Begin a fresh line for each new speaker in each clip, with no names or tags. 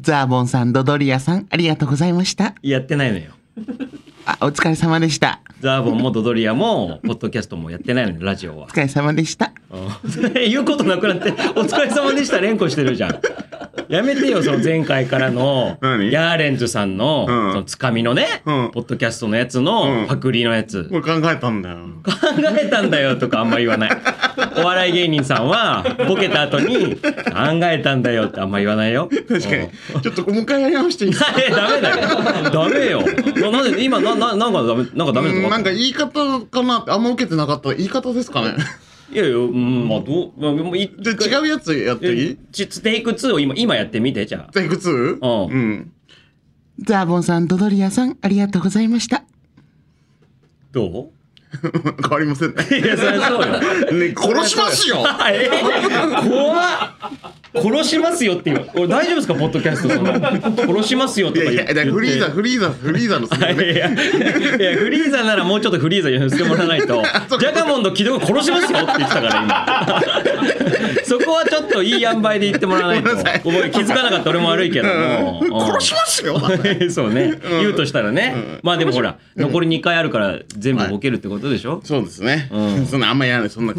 ザーボンさん、ドドリアさん、ありがとうございました。
やってないのよ。
あ、お疲れ様でした。
ザーボンもドドリアも、ポッドキャストもやってないのに、ラジオは
お。疲れ様でした。
うん言うことなくなって、お疲れ様でした、連呼してるじゃん。やめてよ、その前回からの、
何
ヤーレンズさんの、
うん
そのつかみのね、
うん
ポッドキャストのやつの、
うん
パクリのやつ。
これ考えたんだよ。
考えたんだよとかあんま言わない。お笑い芸人さんは、ボケた後に、考えたんだよってあんま言わないよ。
確かに。ちょっともう一回やり直していいですか
え、ダメだよ。ダメよ。な、なんで、今、な、な、なんかダメ、なんかダメだと思っ
うん
た
なんか言い方かなってあんま受けてなかった言い方ですかね
いやいや、うん、まあ、どう、まあ、もう、い、
じゃあ違うやつやっていい
ち、ちテイク2を今、今やってみて、じゃあ。
テイク 2?
うん
うん。
ザーボンさん、ドドリアさん、ありがとうございました。
ど
変わりませんね。
ういや、そりゃそうよ。
ね殺しま すよ
え怖っ殺しますよっていう。俺大丈夫ですか、ポッドキャストその。殺しますよ
い
とか
やい
言って。
や、だからフリーザ、
い
フリーザ、フリーザのせいだね。
やいやいやフリーザならもうちょっとフリーザにしてもらわ ないと
そう
ジャガモンの軌道が殺しますよって言ってたから 今そこはちょっといい塩梅で言ってもらわないと
ごめんなさい
お前気づかなかった俺も悪いけども、
うん
うん
殺しますよ
そうね、言うとしたらね、まあでもほら、残り2回あるから全部ボケるってことでしょ、
そうですね。そんなあんまやらない。そんな、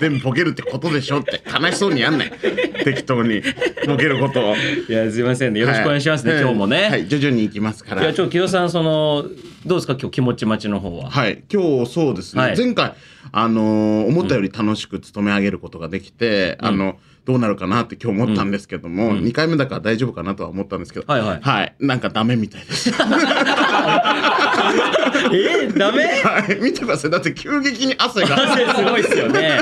全部ボケるってことでしょって、悲しそうにやんない。適当に、ボケることを。よ
い、やすいませんねよろしくお願いしますね、今日もね、、
はいい、徐々に行きますから。
やちょっと木戸さんそのどうですか今日気持ち待ちの方は、
はい、今日そうですね、
はい
前回、あのー思ったより楽しく勤め上げることができて、あのどうなるかなって今日思ったんですけども、2回目だから大丈夫かなとは思ったんですけど、
はいはい
なんかダメみたい です。
えー、ダ メ
はい見てくださいだって急激に汗が
汗すごいっすよね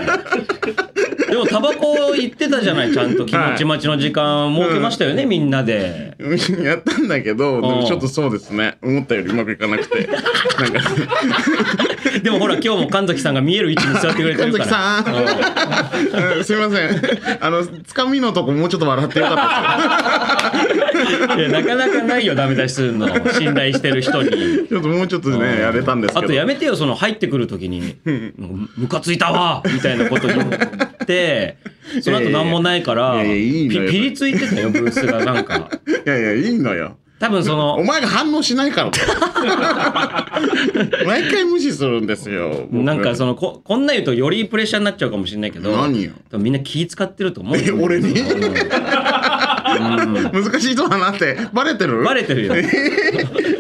でもタバコ行ってたじゃないちゃんと気持ち待ちの時間設けましたよね、みんなで
うんやったんだけど、で
うん
もちょっとそうですね思ったよりうまくいかなくてなんか
でもほら今日も神崎さんが見える位置に座ってくれてる
神
から
崎さん、うんすいませんあのつかみのとこもうちょっと笑ってよかったですよ
いやなかなかないよダメ出しするの信頼してる人に。
ちょっともうちょっとねやれたんですけ
あ
ど
とやめてよその入ってくる 時に「ムカついたわ」みたいなこと言 ってその後何もないから
いやいやい
ピ
いのよ
ピリついてたよブースがなんか
いやいやいいのよ
多分そ
お
の
前が反応しないからだ よ毎回無視するんですよ。僕
なんかそのここんなん言うとよりプレッシャーになっちゃうかもしれないけど
何よ
多分みんな気使ってると思う
え
よ
俺に
うん
難しい人だなってバレてる
バレてるよ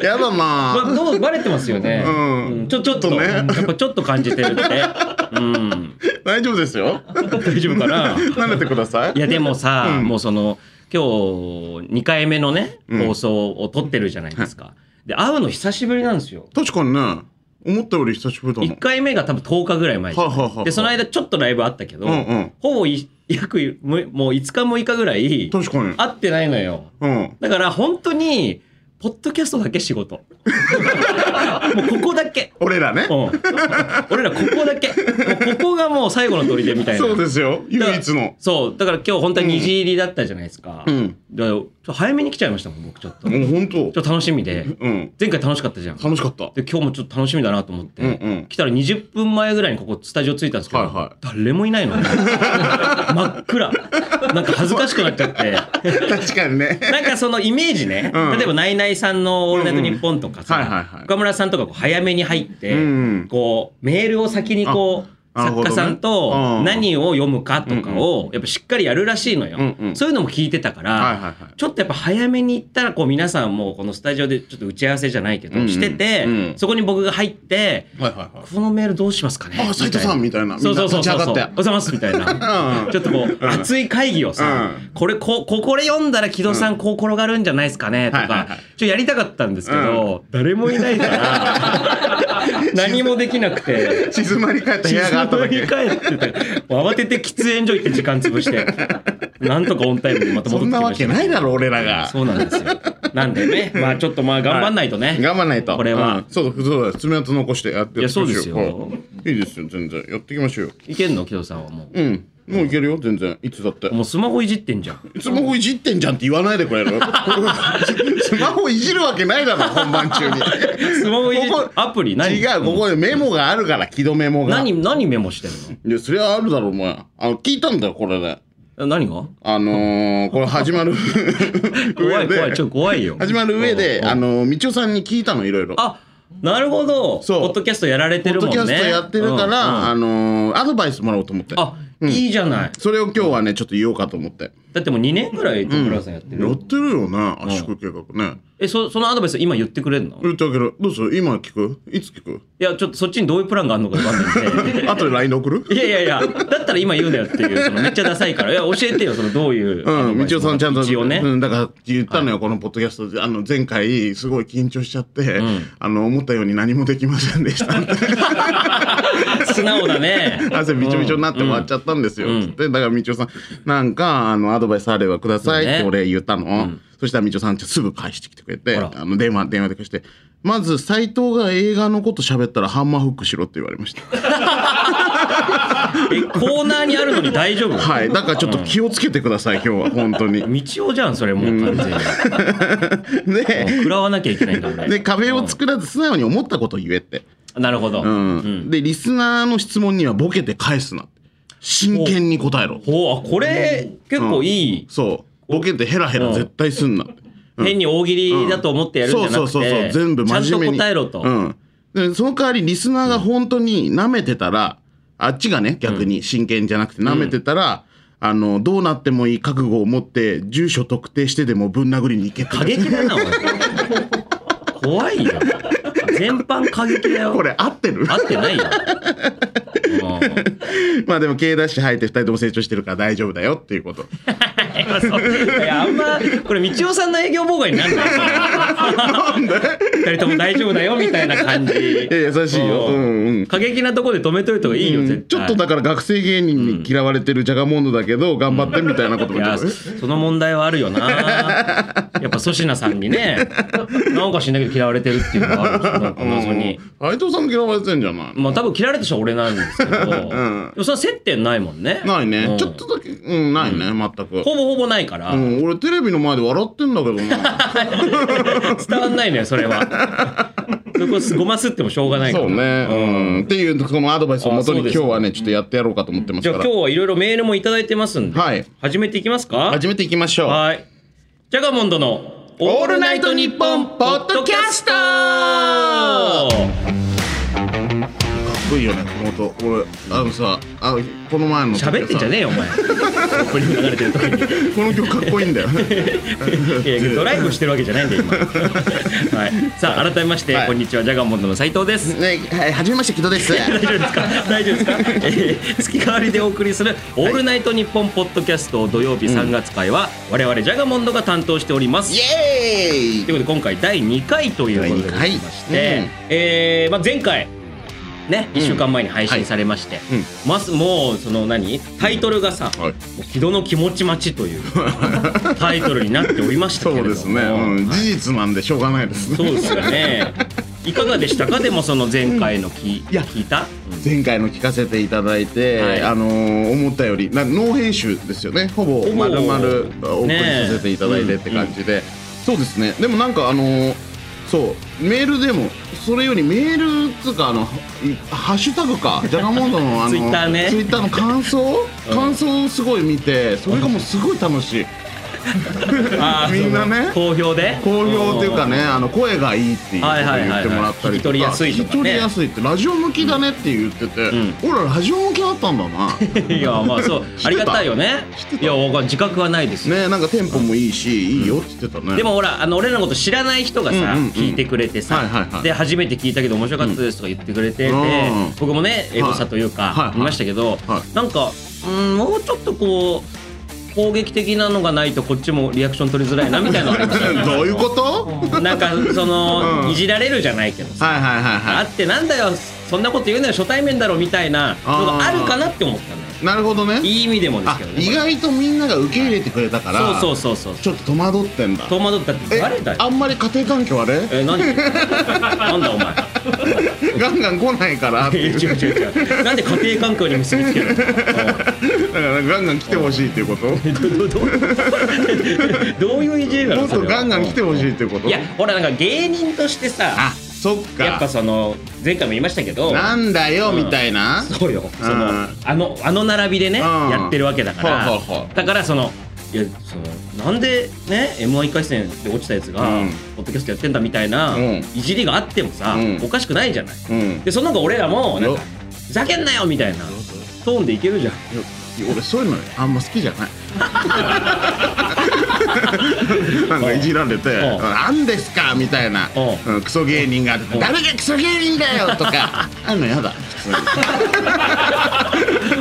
やだな
ばどうバレてますよね
うん
うんちょちょっと
ちょっとね
やっぱちょっと感じてるって うん
大丈夫ですよ。
大丈夫かな
慣れてください。
いやでもさ、
うん
もうその今日2回目のね
うん
放送を撮ってるじゃないですか、で会うの久しぶりなんですよ
確かにね思ったより久しぶりだも
1
ん。
回目が多分10日ぐらい前じゃん
はいはいはいはい
でその間ちょっとライブあったけど、
うんうん
ほぼい約むもう5日6日ぐらい
確かに。
会ってないのよ
うん。
だから本当にポッドキャストだけ仕 事もうここだけ
俺らね
う。ん俺らここだけもうここがもう最後の砦みたいな
そうですよ。唯一の。
そうだから今日本当は2時入りだったじゃないですか、
うん
だからちょっと早めに来ちゃいましたもん僕ちょっとちょ
もう本当
っ。と楽しみで
うん。
前回楽しかったじゃんで
楽しかった。
今日もちょっと楽しみだなと思って、
うんうん
来たら20分前ぐらいにここスタジオ着いたんですけど、
はいはい
誰もいない の真っ暗なんか恥ずかしくなっちゃって
確かにね。
なんかそのイメージね、
うん
例えばナイナイさんの「オールナイトニッポン」とかさ、
うんうんはいはいはい
岡村さんとかこう早めに入って、
うん
こうメールを先にこう
あなる
作
ほど
家
ね
さんと
うん
何を読むかとかをやっぱしっかりやるらしいのよ、
うんうん
そういうのも聞いてたから、
はいはいはい
ちょっとやっぱ早めに行ったらこう皆さんもうこのスタジオでちょっと打ち合わせじゃないけど、
うんうん
してて、
うん
そこに僕が入って、
はいはいはい。
このメールどうしますかね
あ斉藤さんみたいな
そうそうそうそう
みんな立ち上
おはよ
がって
うございますみたいな
うん
ちょっとこう熱い会議をさ
うん
これこうここれ読んだら木戸さんこう転がるんじゃないですかねと
はいはい
かちょ
はい
っとやりたかったんですけど誰もいないから 何もできなくて
静まり返った部屋があっただけ。
静まり返ってて慌てて喫煙所行って時間潰 してなんとかオンタイムにまた戻
そ
って
ん
きま
な
した
わけないだろ俺らが。
そうなんですよなんでねまあちょっとまあ頑張んないとね
頑張んないと。
これは
うんそうだ、そうだ、爪痕残してやって
いや
やっていきま
そ
し
う
ょ
ですよ
はいいいですよ、全然。やっていきましょうよ。
いけんの木戸さんはも
うん。もういけるよ、全然。いつだって
う。もうスマホいじってんじゃん
スマホいじってんじゃんって言わないでくれる スマホいじるわけないだろ、本番中に。
スマホいじ
ここ
アプリ 何
違う、ここでメモがあるから、木戸メモが。
何何メモしてるの
いや、そりゃあるだろ、お前。あの、聞いたんだよ、これで。
何が
あのーこれ始まる
怖い怖い、ち
上で
ょっと怖いよ。
始まる上で、
うん
あのみちおさんに聞いたのいろいろ。
あ、なるほど。
そう
ポッドキャストやられて
ポッ
るも
ド
んね。
キャストやってるから、
うんうん
あのーアドバイスもらおうと思って。
あ、いいじゃない。
それを今日はねちょっと言おうかと思って。
だってもう2年ぐらい徳村さんやってる。
やってるよね圧縮計画ね。
え、そそのアドバイス今言ってくれるの
言ってあげる。どうする今聞くいつ聞く
いや、ちょっとそっちにどういうプランがあるのか分かんないんで。
あとで LINE で送る
いやいやいや、だったら今言うなよっていう、そのめっちゃダサいから。いや、教えてよ、そのどういう。
うん、みちおさんちゃんと、
一応ね。
うん、だから言ったのよ、このポッドキャストで、あの、前回、すごい緊張しちゃって、あの、思ったように何もできませんで した。
素直だね。
汗びちょびちょになって終わっちゃったんですよ。つってだからみちおさん、なんか、あの、アドバイスあればくださいって
そうね
俺言ったの。そしたらみちおさんちょっとすぐ返してきてくれて、
ほら
あの、電話、電話で返して、まず、斎藤が映画のこと喋ったらハンマーフックしろって言われました。
え、コーナーにあるのに大丈夫
はい。だからちょっと気をつけてく ださい、今日は、本当に。
道夫じゃん、それもう完全に。
で、
食らわなきゃいけないんだ、俺。
で、壁を作らず素直に思ったことを言えって。
なるほど。
うん、でリスナーの質問にはボケて返すな真剣に答えろ
ほう、あ、これ、結構いい。
そうボケてヘラヘラ絶対すんなって、
変に大喜利だと思ってやるんじゃ
そう
な
そう
く
そうそう
て、
全部
ち
真
ゃん
面目
と
に
答えろと。
うん、でその代わりリスナーが本当に舐めてたら、あっちがね逆に真剣じゃなくて舐めてたら、あのどうなってもいい覚悟を持って住所特定してでもぶん殴りに行けって
過激だな、おい 怖いよ。全般過激だよ。
これ合ってる
合ってないよ。うん
まあでも軽ダッシュ入って2人とも成長してるから大丈夫だよっていうこと
いや、あんま、これ、道夫さんの営業妨害になるんない二人とも大丈夫だよ、みたいな感じ。
いや優しいよ
うん
うんうん
過激なとこで止めといた方がいいよ、絶対。
ちょっとだから学生芸人に嫌われてるジャガモンドだけど頑張ってみたいなことも
い
言
や
って
そ
る
その問題はあるよ なやっぱ粗品さんにねなんかしんだけど嫌われてるっていうのがあるんですよなんか謎に、
斎藤さんも嫌われてんじゃない
まあ多分嫌われた人は俺なんですけど、でもそれは接点ないもんね
ないね、
うん
ちょっとだけうんないね全く、
ほぼほぼないから、
うん、俺テレビの前で笑ってんだけど な
伝わんないのよそれはそこすごますってもしょうがないから
そうね、うん、っていうそのアドバイスをもとに
あそう
今
です
日はねちょっとやってやろうかと思ってます
じゃあ
か
今
ら
日はいろいろメールもいただいてますんで、
はい
始めていきますか
始めていきましょう
はいジャガモンドの「オールナイトニッポン」ポッドキャスト
いいよねこの音俺あのさあこの前の
喋ってんじゃねえよお前ここに流れてる時に
えこの曲かっこいいんだ よね
いやドライブしてるわけじゃないんで今、はい、さあ改めまして、
はい
こんにちはジャガモンドの斉藤です
ねはいはじめまして木 戸です
大丈夫ですか大丈夫ですか、えー月替わりでお送りする「オールナイトニッポン」ポッドキャスト土曜日3月会は、我々ジャガモンドが担当しております
イエーイ
ということで今回第2回ということでございまして、
第二回うん
えーまあ、前回ね、
ん
1週間前に配信されまして、
うん
まずもうその何タイトルがさ「も
はい
う木戸の気持ち待ち」 というタイトルになっておりました
そ
けれ
う
ども
ですね、うん、事実なんでしょうがないですね
そうですよね。いかがでしたかでもその前回のき、
いや
聞い た、
前回の聞かせていただいて、
はい
あのー思ったよりなノー編集ですよねほぼ
ほぼ
丸々お送りさせていただいてって感じで、そうですねでもなんかあのーそうメールでもそれよりメールっつうかあのいハッシュタグかジャガモンドのあの
Twitter ね
ツイッターの感 想
ん
感想をすごい見てそれがもうすごい楽しい
あー
みんなね
その好評で
好評っていうかねあの声がいいっていうことを
はいはいはいは
言っ
い
てもらったりとか
聞き取りやすいとかね
聞き取りやすいってラジオ向きだねって言ってて、
ん
俺らラジオ向きだったん だな
いやまあそう
知ってた
ありがたいよね
知ってた
いやわかん自覚はないですよ、
ねなんかテンポもいいし、いいよって言ってたね
でもほらあの俺らのこと知らない人がさ、
うんうんうん
聞いてくれてさ、
はいはいはい
で初めて聞いたけど面白かったですとか言ってくれてて、
うん
僕もねエゴサというか、
はいはいはい
見ましたけど、
は
なんかうんもうちょっとこう攻撃的なのがないとこっちもリアクション取りづらいなみたいなのがありましたよね
どういうことはい
なんかその、
うん
いじられるじゃないけどさ
はいはい
あ
は
ってなんだよそんなこと言うなら初対面だろみたいなのがあるかなって思ったのよ
いなるほどね
いい意味でもです
あ
けどね
意外とみんなが受け入れてくれたか
これ
ら
そうそうそうそう
ちょっと戸惑ってんだ
戸惑ったって
え
誰だ
あ
よ
んまり家庭環境あれ
え何 なんだお前
ガンガン来ないからって
いや
い
違う
う
違う違うなんで家庭環境に結びつけるの
だからガンガン来てほしいっていうこと
うん どどどどういういじりなの
もっと
それは
ガンガン来てほしいっていうこと
いやほらなんか芸人としてさ
あそっか
やっぱその前回も言いましたけど
なんだよ、
うん
みたいな
そうよその
うん
あのあの並びでね
うん
やってるわけだから
ほうほうほう
だからそのいやそのなんでね m 1 1回戦で落ちたやつが、
うん
ポッドキャストやってんだみたいな
うん
いじりがあってもさ、
うん
おかしくないじゃない
うん
でその方が俺らもなん
よ
かふざけんなよみたいなトーンでいけるじゃん
よ俺そういうのあんま好きじゃ ないなんかいじられて
う
「
ん
なんですか?」みたいな
う
うんクソ芸人が「
ん
誰がクソ芸人だよ!」とか あんのやだ普通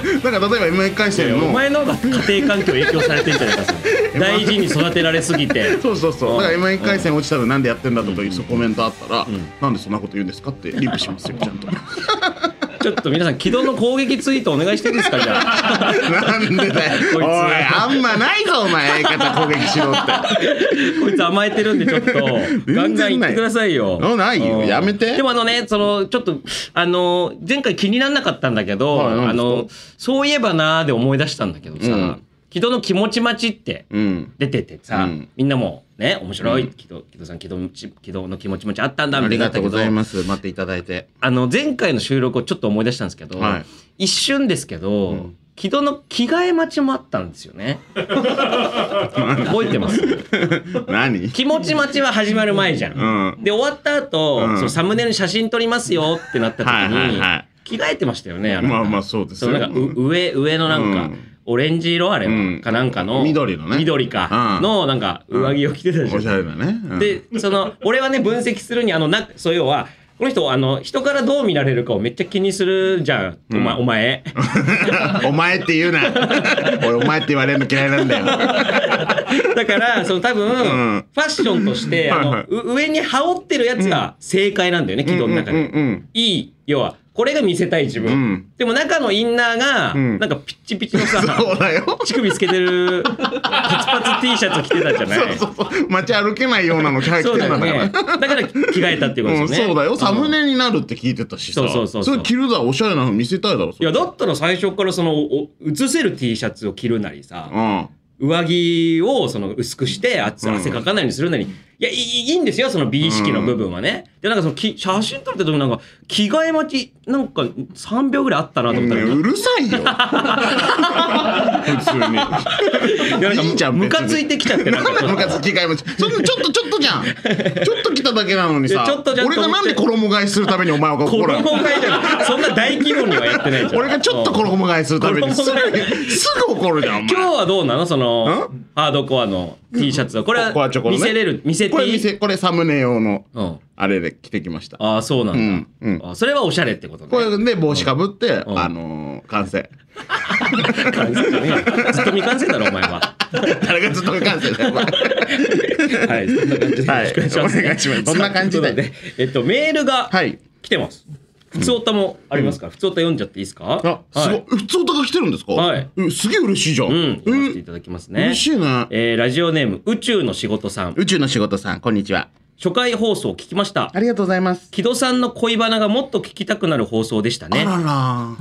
になんか例えば M1 回戦
お
の
前の方が家庭環境影響されてんじゃないかそれ大事に育てられすぎて
そうそうそううんだから M1 回戦落ちたらなんでやってんだとかいうそうコメントあったら
ん
「なんでそんなこと言うんですか?」ってリプしますよちゃんと
ちょっと皆さん城戸の攻撃ツイートお願いしていいですかじゃあ
なんで だよ
こ
お
いつ
いあんまないぞお前相方攻撃しろ って
こいつ甘えてるんでちょっと
全然
ガンガン言ってくださいよ
ないないよ
うん
やめて
でもあのねそのちょっとあの前回気にならなかったんだけど、
はい
あ
何ですか
のそういえばなーで思い出したんだけどさ、
うん
城戸の気持ち待ちって
うん
出ててさ、
うん
みんなもね面白い、
うん
木戸木戸さん木戸のち木戸の気持ち持ちあったんだ
あ
みた
り
いな
がとうござい
す
ます待っていただいて
あの前回の収録をちょっと思い出したんですけど、
はい
一瞬ですけど、
うん
木戸の着替え待ちもあったんですよ ね覚えてます
何
気持ち待ちは始まる前じゃん、
うん
で終わった後、
うん
そのサムネイルに写真撮りますよってなった時に、
はいはいはい
着替えてましたよねなた
まあまあそうです
そ
よ
のなんかう上上のなんか、
うん
オレンジ色あれ
うん
かなんかの、
緑のね
緑か
うん
のなんか上着を着てたじゃ
お
ん
しゃれなね、うん
でその俺はね分析するにあのなそう要はこの人あの人からどう見られるかをめっちゃ気にするじゃん、お前お 前
お前って言う な俺お前って言われるの嫌いなんだ よ
だからその多分、
ん
ファッションとしてあの、
はいはいう
上に羽織ってるやつが正解なんだよね、軌道の中で、
うんうんうん
いい要はこれが見せたい自分、
うん
でも中のインナーが、
ん
なんかピッチピチのさ
そうだよ
乳首つけてるパツパツ T シャツ着てたじゃない
そうそうそう街歩けないようなの着て
そうだ
た
よ
んだから
ねだから着替えたっていうことで
うん、
すよね、
そうだよサムネになるって聞いてたしさ
そうそうそうそう
れ着るだろおしゃれなの見せたいだろそ
い
れ
やだったら最初からそのお映せる T シャツを着るなりさ、
うん
上着をその薄くして汗
うん
汗かかないようにするなり、いやいいいいんですよその美意識の部分はね、でなんかそのき写真撮るって時なんか着替え待ちなんか3秒ぐらいあったなと思ったら、
うるさいよ 普通に
なんか
いいじゃん
ム
別に
カついてきちゃってなんか
なんでムカつき替えもちそんなちょっとちょっとじゃんちょっと着ただけなのにさ
いやちょっとじゃん
俺がなんで衣替えするためにお前が怒
衣
るの
替えじゃないそんな大規模にはやってないじゃん
俺がちょっと
うん
衣替えするためにすぐ
衣
すぐ怒るじゃんお前
今日はどうなのその
ん
ハードコアの T シャツはこれ
コア
は
チョコの
見
ね
せれる見せて
これ
い
見
い
せこれサムネ用の
うん
あれで着てきました
ああそうなんだ、
うんうん
あそれはおしゃれってことね
これで帽子かぶって
うん
あのー完成
完成じゃねえよずっと未完成だろお前 は
誰がずっと完成だよお前
はい、そんな感じでよろしくお願いします、
はいお願いしますそんな感じで
さあということでえっと、メールが
はい
来てます。普通歌もありますから、普通歌読んじゃっていいですか。
あ、すごい。普通歌が来てるんですか
はい
えすげえ嬉しいじゃん。
いうん、読ませてい
え、
ただきますね。
嬉しいね。
えーラジオネーム宇宙の仕事さん、
宇宙の仕事さん、こんにちは。
初回放送聞きました
あ。りがとうございます。
木戸さんの恋バナがもっと聞きたくなる放送でした
あ
ね
ら。ら。は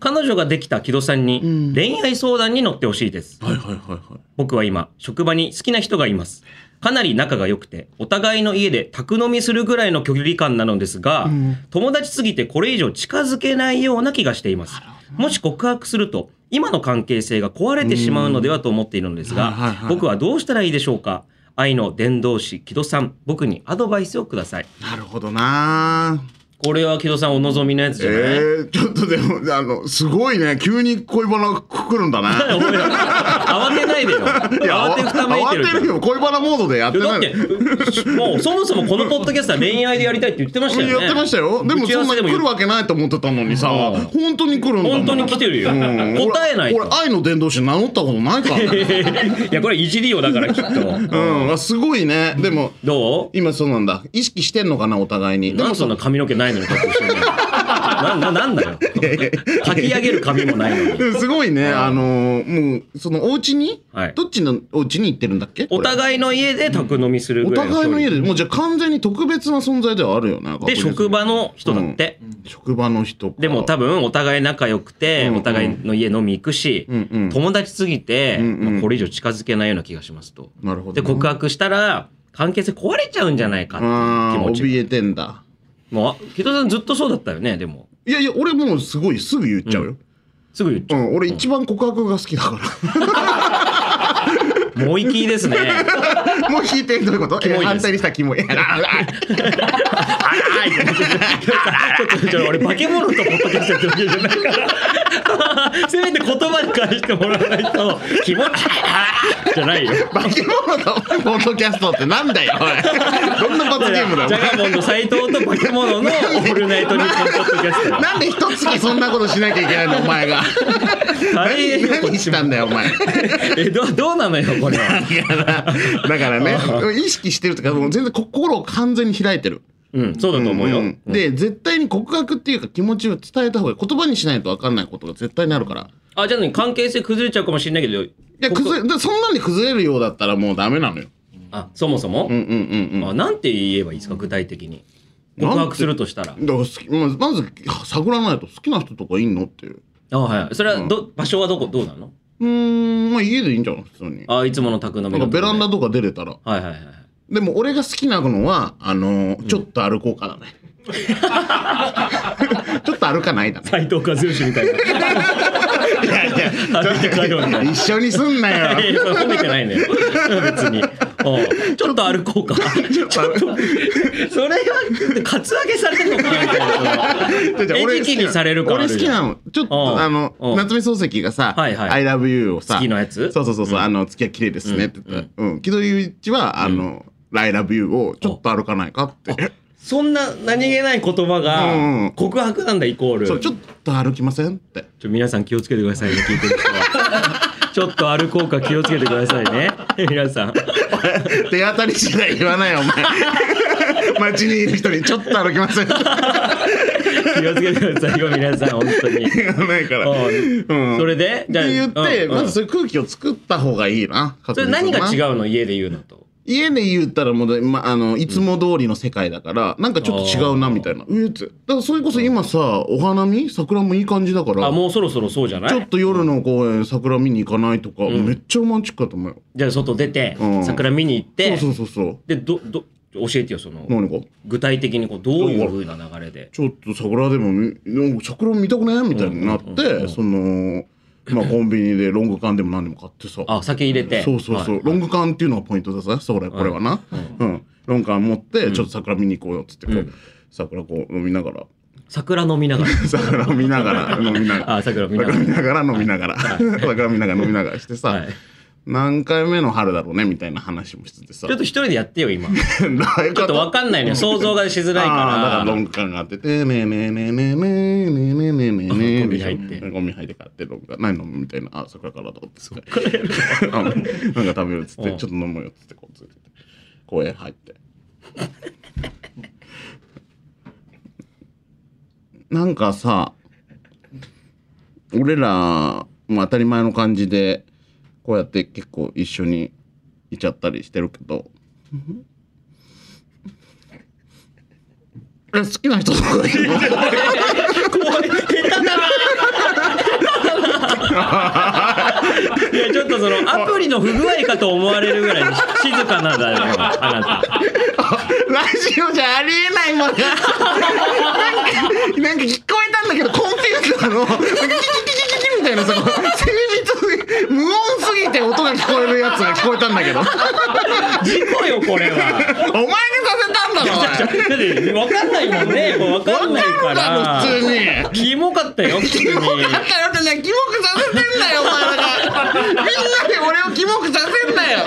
彼女ができた木戸さんに恋愛相談に乗ってほしいです。
いはいはいはい。
僕は今、職場に好きな人がいます。かなり仲が良くて、お互いの家で宅飲みするぐらいの距離感なのですが、友達すぎてこれ以上近づけないような気がしています。もし告白すると、今の関係性が壊れてしまうのではと思っているのです
うんはいはい
が
は、い
僕はどうしたらいいでしょうか愛の伝道師、木戸さん、僕にアドバイスをください。
なるほどな
これは木戸さんお望みのやつ
え
じゃない、
ー、ちょっとでも、あの、すごいね。急に恋バナくるんだ ね。
慌てないでよ。慌てふためいてる
慌
じゃ
て
ん
る。よ。恋バナモードでやっ
い
て
や
な
だ
い。
ってうもうそもそもこのポッドキャストは恋愛でやりたいって言ってましたよね。
やってましたよ。でも
打ち合
そ
わ
んな
せで
に
も
来るわけないと思ってたのにさ、
うん
本当に来るんだもん
本当に来てるよ。
うん
答えない
俺、
と。
俺愛の伝道師名乗ったことないからね。
いやこれいじりよだからきっ
う
と。
ん、あすごいね。でも、
どう？
今そうなんだ意識してんのかなお互いにで
なん
も
でそんな髪の毛ないのに隠してるの。なななんだよ。かき上げる髪もないのに。
でもすごいねあのーもうそのお家に、
はい
どっちのお家に行ってるんだっけ
お
い
互いの家で宅飲みする
お
ぐらいの距
互い
離
の家でもうじゃあ完全に特別な存在ではあるよね
で職場の人だって。
職場の人か
でも多分お互い仲良くて、
うんう
お
ん
互いの家飲み行くし、
うんうん
友達すぎて、
うんうん
まあこれ以上近づけないような気がしますと。
なるほど
で
ね
告白したら関係性壊れちゃうんじゃないかって
ああ
いう気持ち
怯えてんだ
もう、木戸さんずっとそうだったよね、でも。
いやいや、俺もうすごいすぐ言っちゃうよ。
すぐ言っち
う
ゃ
ん、俺一番告白が好きだか
う。もうきですね。
ら。もう引いてどういうこと
キモいです
え反対にしたらキ モい。あらあら
ちょっと、ちょっと俺、化け物とポッドキャストやってるわけじゃないから。 せめて言葉に返してもらわないと、気持ち、じゃないよ。
化け物とポッドキャストってなんだよ、おい。どんな罰ゲームだ
ジャ
よ。
ガモンの斎藤と化け物のオールナイトニッポンポッドキャスト。
なんで一月そんなことしなきゃいけないの、お前が。
大変よ
何
こっ
何
ち
し
も
たんだよ、お前。
え、どう、どうなのよ、これは。
だからね、意識してるとか、もう全然心を完全に開いてる。
うん、そうだと思うよ。
んで、絶対に告白っていうか気持ちを伝えた方がいい。言葉にしないと分かんないことが絶対にあるから。
あ、じゃあ何関係性崩れちゃうかもしれないけど、
いや、崩れ、だからそんなんで崩れるようだったらもうダメなのよ。
あ、そもそも、
うんうんうんうん。
あなんて言えばいいですか、具体的に。告白するとしたら。
だから好きまずまず探らないと好きな人とかいんのっていう。
あはい。それはど、場所はどこ、どうなの
うーん、まあ家でいいんじゃない普通に。
あ、いつもの宅飲み
なん
のと
か
こで
ベランダとか出れたら。
はいはいはい。
でも俺が好きなのは、あのーちょっと歩こうかだ ね。ちょっと歩かないだね。
斎藤和義みたい な。
いや いや、
歩いて帰ろうみたいな。い
一緒にすんなよ。
やいや、それ褒めてないのよ。別に。おうちょっと歩こうか。
ちょっと歩こう
それが、カツアゲされてるのかなみたいなそれは
じゃあじゃあ
餌食にされるから
俺好きなの。ちょっ
う
と、
ん
あの
う、ん
夏目漱石がさ、
はいはい
I love you をさ、
好きなやつ
そうそうそう、そうあの、付き合い綺麗ですねって言ったら、うん。木戸祐一は、あの、I love you をちょっと歩かないかって。
そんな何気ない言葉
うんうん
が告白なんだイコール。
そう、ちょっと歩きませんって。
ちょ皆さん気をつけてくださいね聞いてる人は ちょっと歩こうか気をつけてくださいね皆さん
手当たり次第言わないよ、お 前。街にいる人にちょっと歩きませんって
気をつけてくださいよ皆さん本当に、
言わないから。
うん、それで
って言って、
うんうん
まずそういう空気を作った方がいいな。
それ何が違
う
うの家で言うのと
家で言ったらもう、ま、あの、いつも通りの世界だから、なんかちょっと違うな、みたいな。えーって。だからそれこそ今さ、お花見桜もいい感じだから。
あもうそろそろそうじゃな
ち
い
ょっと夜の公園桜見に行かないとか、めっちゃロマンチックだと思うよ。
じゃあ外出て、
うん
桜見に行って
そうそうそうそう。
でどど教えてよその、
何か
具体的にこうどういう風な流れで
ちょっと桜でもみなんか桜見たくないみたいになって、そのまあコンビニでロング缶でも何でも買ってさ
あ酒入れて
そうそうそう、
はい
ロング缶っていうのがポイントださそれこれはな、うんロング缶持ってちょっと桜見に行こうよっつってこう、桜こう飲みながら
桜飲みながら
桜見ながら飲みながら
あ桜見なが
桜
ら
見ながら飲みながら桜見ながら飲みながらしてさ、
はい
何回目の春だろうねみたいな話もしててさ
ちょっと一人でやってよ今
ちょっ
ちょっと分かんないのよ想像がしづらいから
あーだからロング缶があって、てねえねえねえねえねえねえねえねえねえね
ゴ
え。
ミ入って
ゴミ入って買って、ロング缶。何飲むみたいな。あ、桜からだ。つって。あなんか食べるっつって、ちょっと飲もうよっつって、こうついてて。公園入って。なんかさ、俺ら、もう当たり前の感じで、こうやって結構一緒にいちゃったりしてるけど、え好きな人とかいるの
いやちょっとそのアプリの不具合かと思われるぐらい静かなんだよあなた
ラジオじゃありえないもんな。なんか、なんか聞こえたんだけど、コンピューターの、なんかキキキキキキみたいな、その、セミ密に、無音すぎて音が聞こえるやつが聞こえたんだけど。お前
事故よこれは
がさせたんだろ、
だって分かんないもんねもう分かんない
お
か
い。だ
ら
ろ、普通に。
キモかったよ普通に
だからってね、キモくさせてんだよ、お前らが。みんなで俺をキモくさせんなよ。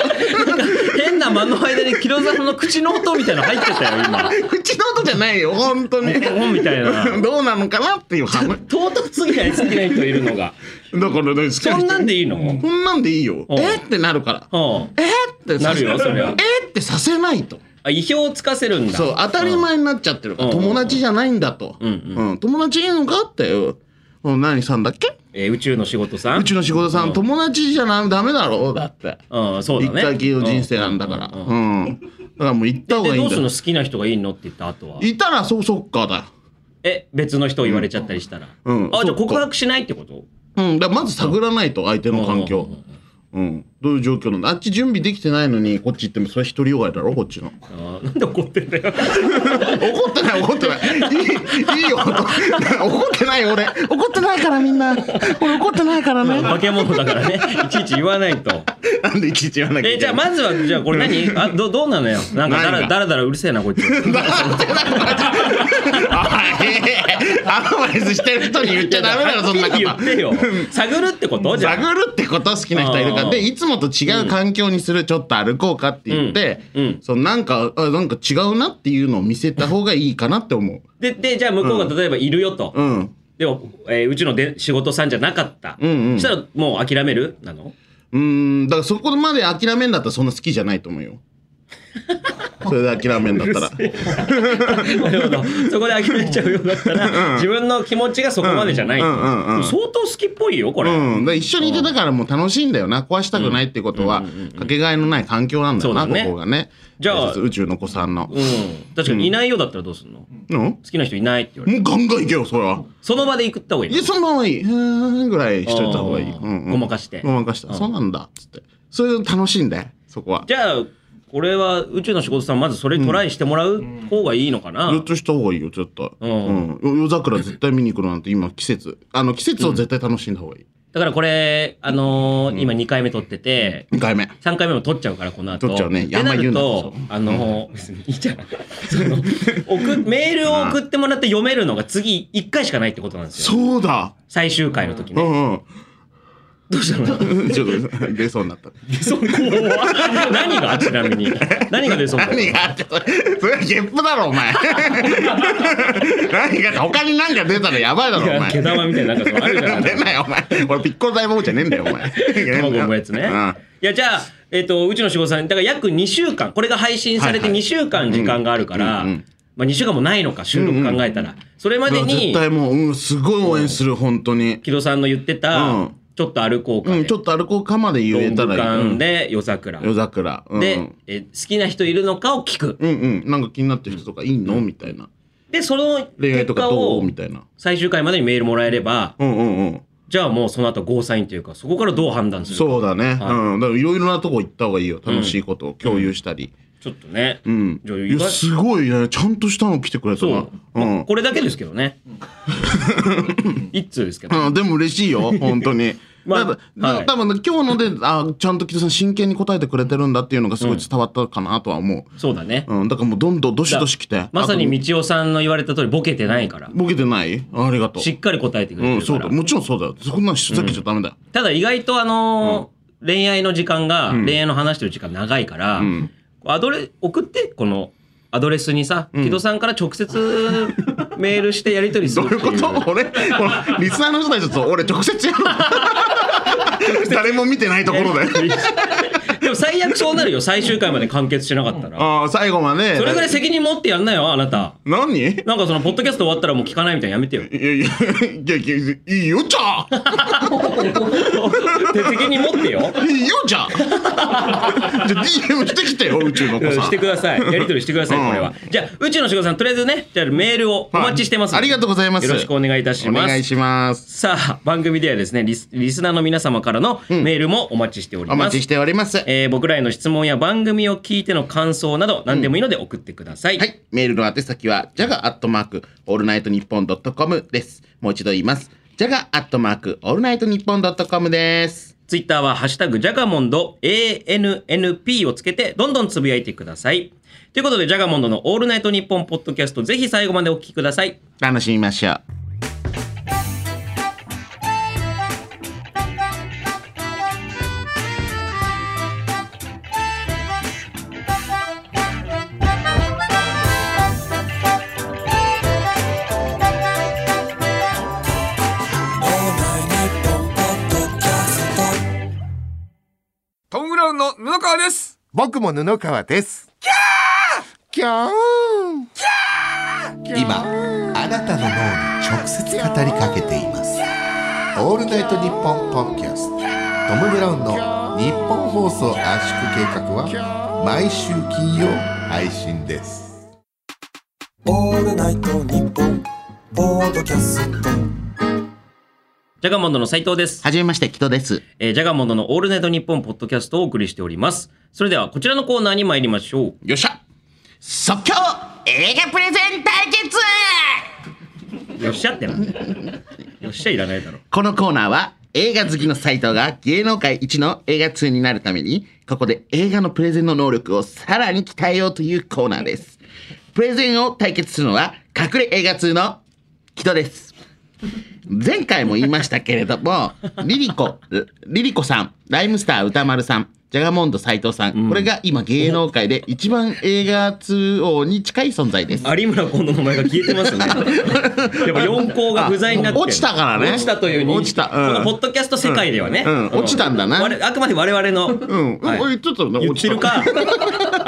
変な間の間にキロザさんの口の音みたいなの入ってたよ今
口の音じゃないよ、本当に。
おみたいな
どうなのかなっていう話。
唐突すぎない好きな人いるのが
だからね、好き
そんなんでいい
の
のうん
こんなんでいいよ。
ん
えってなるから。えってさ
なるよそりゃ
えってさせないと。
あ意表をつかせるんだ
そう、当たり前になっちゃってるから、
うん
友達じゃないんだと。
ん
うん友達いいのかっていう。うん何さんだっけ
えー宇宙の仕事さん
うちの仕事さん、友達じゃなダメだろうだって。
うんそう
一
だね
回きりの人生なんだから。
うんうん
うん。だからもう行った方が
で
いい
ど
ん
う
だ
する
よ
の。好きな人がいいのって言った後はい
たら、そう、そっかだよ。
え別の人を言われちゃったりしたら、
うんうん
あじゃあ
そっか
告白しないってこと
うん。だからまず探らないと、相手の環境。うん。どういう状況なんだあっち準備できてないのにこっち行ってもそれ独りよがりだろこっちの
あーなんで怒ってんだ よ
怒ってない怒ってないいいいいよ怒ってない俺
怒ってないからみん な。俺怒ってないからね。
化け物だからねいちいち言わないと
なんでいちいち言わなきゃ
え
い
じ
け
ゃあ
ない
まずはじゃあこれ何あどどうなのよなんかだ
何
ら
が
だらだらうるせえなこいつ
おいアドバイスしてる人に言っちゃダメだろそんな
はっきり言
方
ってよ探るってことじゃあ
探るってこと好きな人いるか
あー
らでいつもと違う環境にする、ちょっと歩こうかって言って、
うんうん
そのなんかあなんか違うなっていうのを見せた方がいいかなって思う
ででじゃあ向こうが例えばいるよと、
うん
でも、えーうちので仕事さんじゃなかった、
んうん
したらもう諦めるなの
うーんだからそこまで諦めんだったらそんな好きじゃないと 思うよそれで諦めんだったら
なるほど そこで諦めちゃうようだったら、自分の気持ちがそこまでじゃないと、
うんうんうんうん
相当好きっぽいよこれ、
うん、だから一緒にいてだからもう楽しいんだよな壊したくないってことはかけがえのない環境なんだよな、
そうだね
ここがね
じゃあ
宇宙の子さんの、
うん確かにいないようだったらどうすんの、
うん、も
好きな人いないって言われる
うガンガン行けよそれは
その場で行くった方がいい
いやそのままいいふーんぐらいしといた方がいい、
あー
うんうん
ごまかして
ごまかした、
うん
そうなんだっつってそれ楽しいんだよそこは
じゃあこれは宇宙の仕事さんまずそれトライしてもらう方がいいのかな、
ずっとした方がいいよ絶対
う
うんん、よ夜桜絶対見に行くのなんて今季節あの季節を絶対楽しんだ方がいい、
だからこれあのー今2回目撮ってて、
2回目
3回目も取っちゃうからこの後
取っちゃうね
ってなると
あんま言う
あのー別にいいじゃんその 送メールを送ってもらって読めるのが次1回しかないってことなんですよ
そうだ
最終回の時
う
ね
ん
どうしたの
うんちょっと出そうになった
そこは何がちなみに何が出そうなの
何があってそれそれはゲップだろお前 何が他に何か出たらやばいだろ
い
お
や毛
前
玉みたいななんかそうあるじゃない
出ないよお前俺ピッコロ大魔王じゃねえんだよお前
卵産むやつね。いや、じゃあ、えっ、と、うちの仕事さん、だから約2週間、これが配信されて
はいは
2
い
週間時間があるから、
うんうん
まあ2週間もないのか、収録考えたら。それま
うん
で
絶
に、
対もう、うん、すごい応援する本当に
木戸さんの言ってた、
うん
ちょっと歩こうか
う
で、
んちょっと歩こうかまで言えたらいい
ロング
う
缶
ん
で夜桜。
夜桜うん
で、えー好きな人いるのかを聞く。
うんうんなんか気になってる人とかいいのみたいな
で、その
恋愛
結
とか
果
ど
を
うみたいな
最終回までにメールもらえれば、
うんうんうん
じゃあもうその後ゴーサインというか、そこからどう判断するか。
そうだね
はい
うんだからいろいろなとこ行った方がいいよ楽しいことを共有したり
ちょっとね。
うん
じゃあ
い
意
や
外
すごいねちゃんとしたの来てくれた
そ
な
う、
う
ま
ん
あこれだけですけど ね。一通ですけど。
うん、でも嬉し いよ、本当に。
まあ
だから
はい
多分今日ので、あちゃんと木戸さん真剣に答えてくれてるんだっていうのがすごい伝わったかなとは思
そうだね。
う。うん、だからもうどんどんどしどし来て。
まさ
あ
に道夫さんの言われた通りボケてないから
と。ボケてないありがとう。
しっかり答えてく
う
れ
ん、
てるか
そう
ら。
だ。もちろんそうだよ。そんなふざけちゃダメだよ。
ただ意外とあのー恋愛の時間が、恋愛の話してる時間長いから、
ん
アドレ、送って、この、アドレスにさ、木戸さんから直 接メールしてやり取りする
どう
って
い
いうう。
こと俺、このリスナーの人たちと俺直接やるの 誰も見てないところで。
でも最悪そうなるよ、最終回まで完結しなかったら。
ああ、最後まで。
それぐらい責任持ってやんなよ、あなた。
何いや
なんかその、ポッドキャスト終わったらもう聞かないみたいなのやめて よ。
いや、いやいやいいよじゃあ
で責任持ってよ。
いいよ じゃあじゃあ DM してきてよ、宇宙の子さん。
してください。やり取りしてください、
うん
これは。じゃあ、宇宙のしごさん、とりあえずね、じゃあメールをお待ちしてます、
はいありがとうございます
よろしくお願いいたし
お
ます。
願いします。
さあ、番組ではですねリス、リスナーの皆様からのメールもお待ちしております。
お待ちしております。は
えー僕らへの質問や番組を聞いての感想など、何でもいいので送ってください。
い、メールの宛先は、じゃがアットマーク、オールナイトニッポンドットコムです。もう一度言います。じゃがアットマーク、オールナイトニッポンドットコムです。
ツイッターは、ハッシュタグ、ジャガモンド、ANNP をつけて、どんどんつぶやいてください。ということで、ジャガモンドのオールナイトニッポンポッドキャスト、ぜひ最後までお聞きください。
楽しみましょう。
トム・ブラウンの布川です
僕も布川です。キャーキャー今、あなたの脳に直接語りかけています。オールナイトニッポンポッドキャスト、トム・ブラウンの日本放送圧縮計画は、毎週金曜配信です。
オールナイトニッポン」ポッドキャスト
ジャガモンドの斉藤です。
はじめまして、木戸です。
えージャガモンドのオールナイトニッポンポッドキャストをお送りしております。それではこちらのコーナーに参りましょう。
よっしゃ
即興映画プレゼン対決
よっしゃってなんだよ。よっしゃいらないだろ。
このコーナーは映画好きの斉藤が芸能界一の映画通になるためにここで映画のプレゼンの能力をさらに鍛えようというコーナーですプレゼンを対決するのは隠れ映画通の木戸です前回も言いましたけれどもリリコリリコさんライムスター歌丸さんジャガモンド斉藤さん、これが今芸能界で一番映画通王に近い存在です
有村コンの名前が消えて ますね。やっぱ四校が不在になってる
あ落ちたからね
落ちたという認識
落ちたうん
このポッドキャスト世界ではね。
うんうん落ちたんだな
我々あくまで我々の。
うん、
はい
おいちょっとね
言っ
落ち
て
た
るか。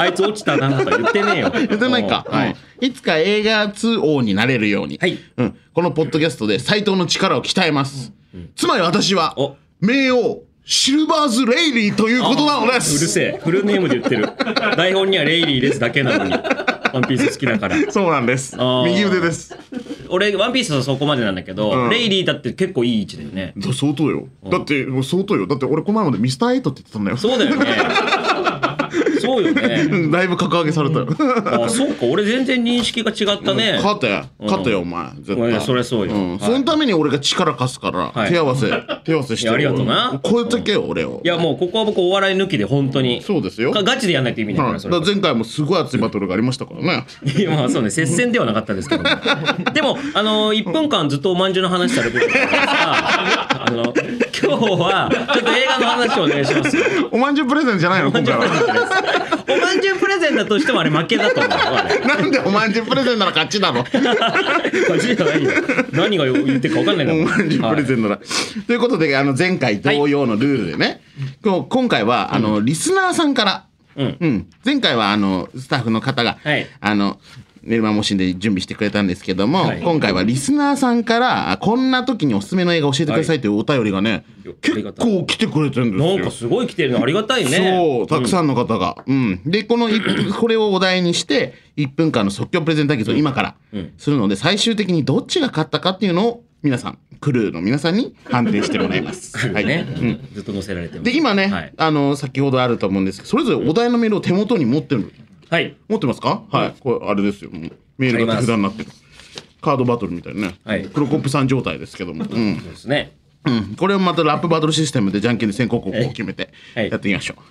あいつ落ちたなとか言ってねえよ。
言ってないか、
うん
はい、いつか映画通王になれるように、
はい
うん、このポッドキャストで斎藤の力を鍛えます、つまり私は
お
名王シルバーズ・レイリーということなので
うる
す
せえ。フルネームで言ってる。台本にはレイリーですだけなのに。ワンピース好きだから。
そうなんです
あー
右腕です
俺、ワンピースはそこまでなんだけど、
うん
レイリーだって結構いい位置だよね。
だ相当よだってもう相当よだって俺この前までミスターエイトって言ってたんだよ
そうだ よね。そうよね。
うんだいぶ格上げされた よ、
あ、そうか。俺全然認識が違ったね。
勝て
うん
勝てよお前絶
いや
対
そりゃそうよ
ん
はい
そのために俺が力貸すから、
はい
手 合わせ手合わせして
いやありがとうな
超えてけよ、俺を
いや、もうここは僕お笑い抜きで本当に。
そうですよ
がガチでやんないと意味ないか
は
ら、
い、
そ
だ
れは
から。前回もすごい熱いバトルがありましたからね。
いや まあそうね、接戦ではなかったですけど も。でも、あのー、1分間ずっとおまんじゅうの話されてるからさ、あの、今日は、ちょっと映画の話をお願いしますよ。
おまんじゅうプレゼントじゃないの今回は。
おまんじゅうプレゼントとしてもあれ負けだと思う。あれ
なんでおまんじゅうプレゼントなら勝ちだろ。
こっちじゃないよ何が言ってるか分かんないんだ
お
もん。
まんじゅうプレゼントなら。ということで、あの前回同様のルールでね、こう今回はあの、リスナーさんから、
うん
前回はあのスタッフの方が、
はい
あの寝る間もしんで準備してくれたんですけども、
はい
今回はリスナーさんからあこんな時におすすめの映画教えてくださいというお便りがね、
はい
結構来てくれてるんです
はい
よ。
なんかすごい来てるのありがたいね。
そう、たくさんの方が。うん。で、この一 分、これをお題にして、1分間の即興プレゼン対決を今からするので、最終的にどっちが勝ったかっていうのを、皆さん、クルーの皆さんに判定してもら います。
うん。
はい。
ね、
うん
ずっと載せられてます
で、今ね、
はい。
あの、先ほどあると思うんですけど、それぞれお題のメールを手元に持ってる。
はい。
持ってますかはい。これ、あれですよ。もうメールが手札になってる。カードバトルみたいなね。
はい
黒コップさん状態ですけども。うん。
そうですね。
うん。これをまたラップバトルシステムでじゃんけんで先行後攻を決めて、
はい
やっていきましょう。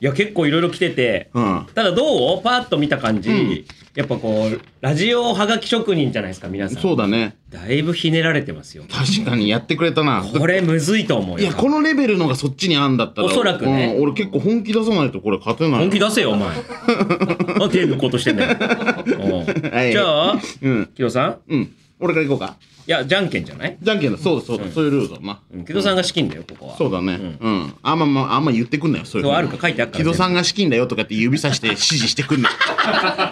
いや、結構いろいろ来てて、
うん
ただどうパーッと見た感じ、やっぱこう、ラジオはがき職人じゃないですか、皆さん。
そうだね。
だいぶひねられてますよ。
確かにやってくれたな。
これむずいと思う
い
よ
や、。このレベルのがそっちにあんだったら。
おそらくね
うん俺結構本気出さないとこれ勝てない。
本気出せよ、お前。なんで手抜こうとしてんだよ。うん
はい
じゃあ、
うん。
木戸さん
うん。俺から行こうか。
いや、じゃんけんじゃない
じゃんけんだ。そうだ、そうだ。そういうルールだな。
うん木戸さんが資金だよ、ここは。
そうだね。うん。あんま、まあんま言ってくんなよ。そういう
そ
の
うあるか書いてあるから
木戸さんが資金だよとかって指さして指示してくんな。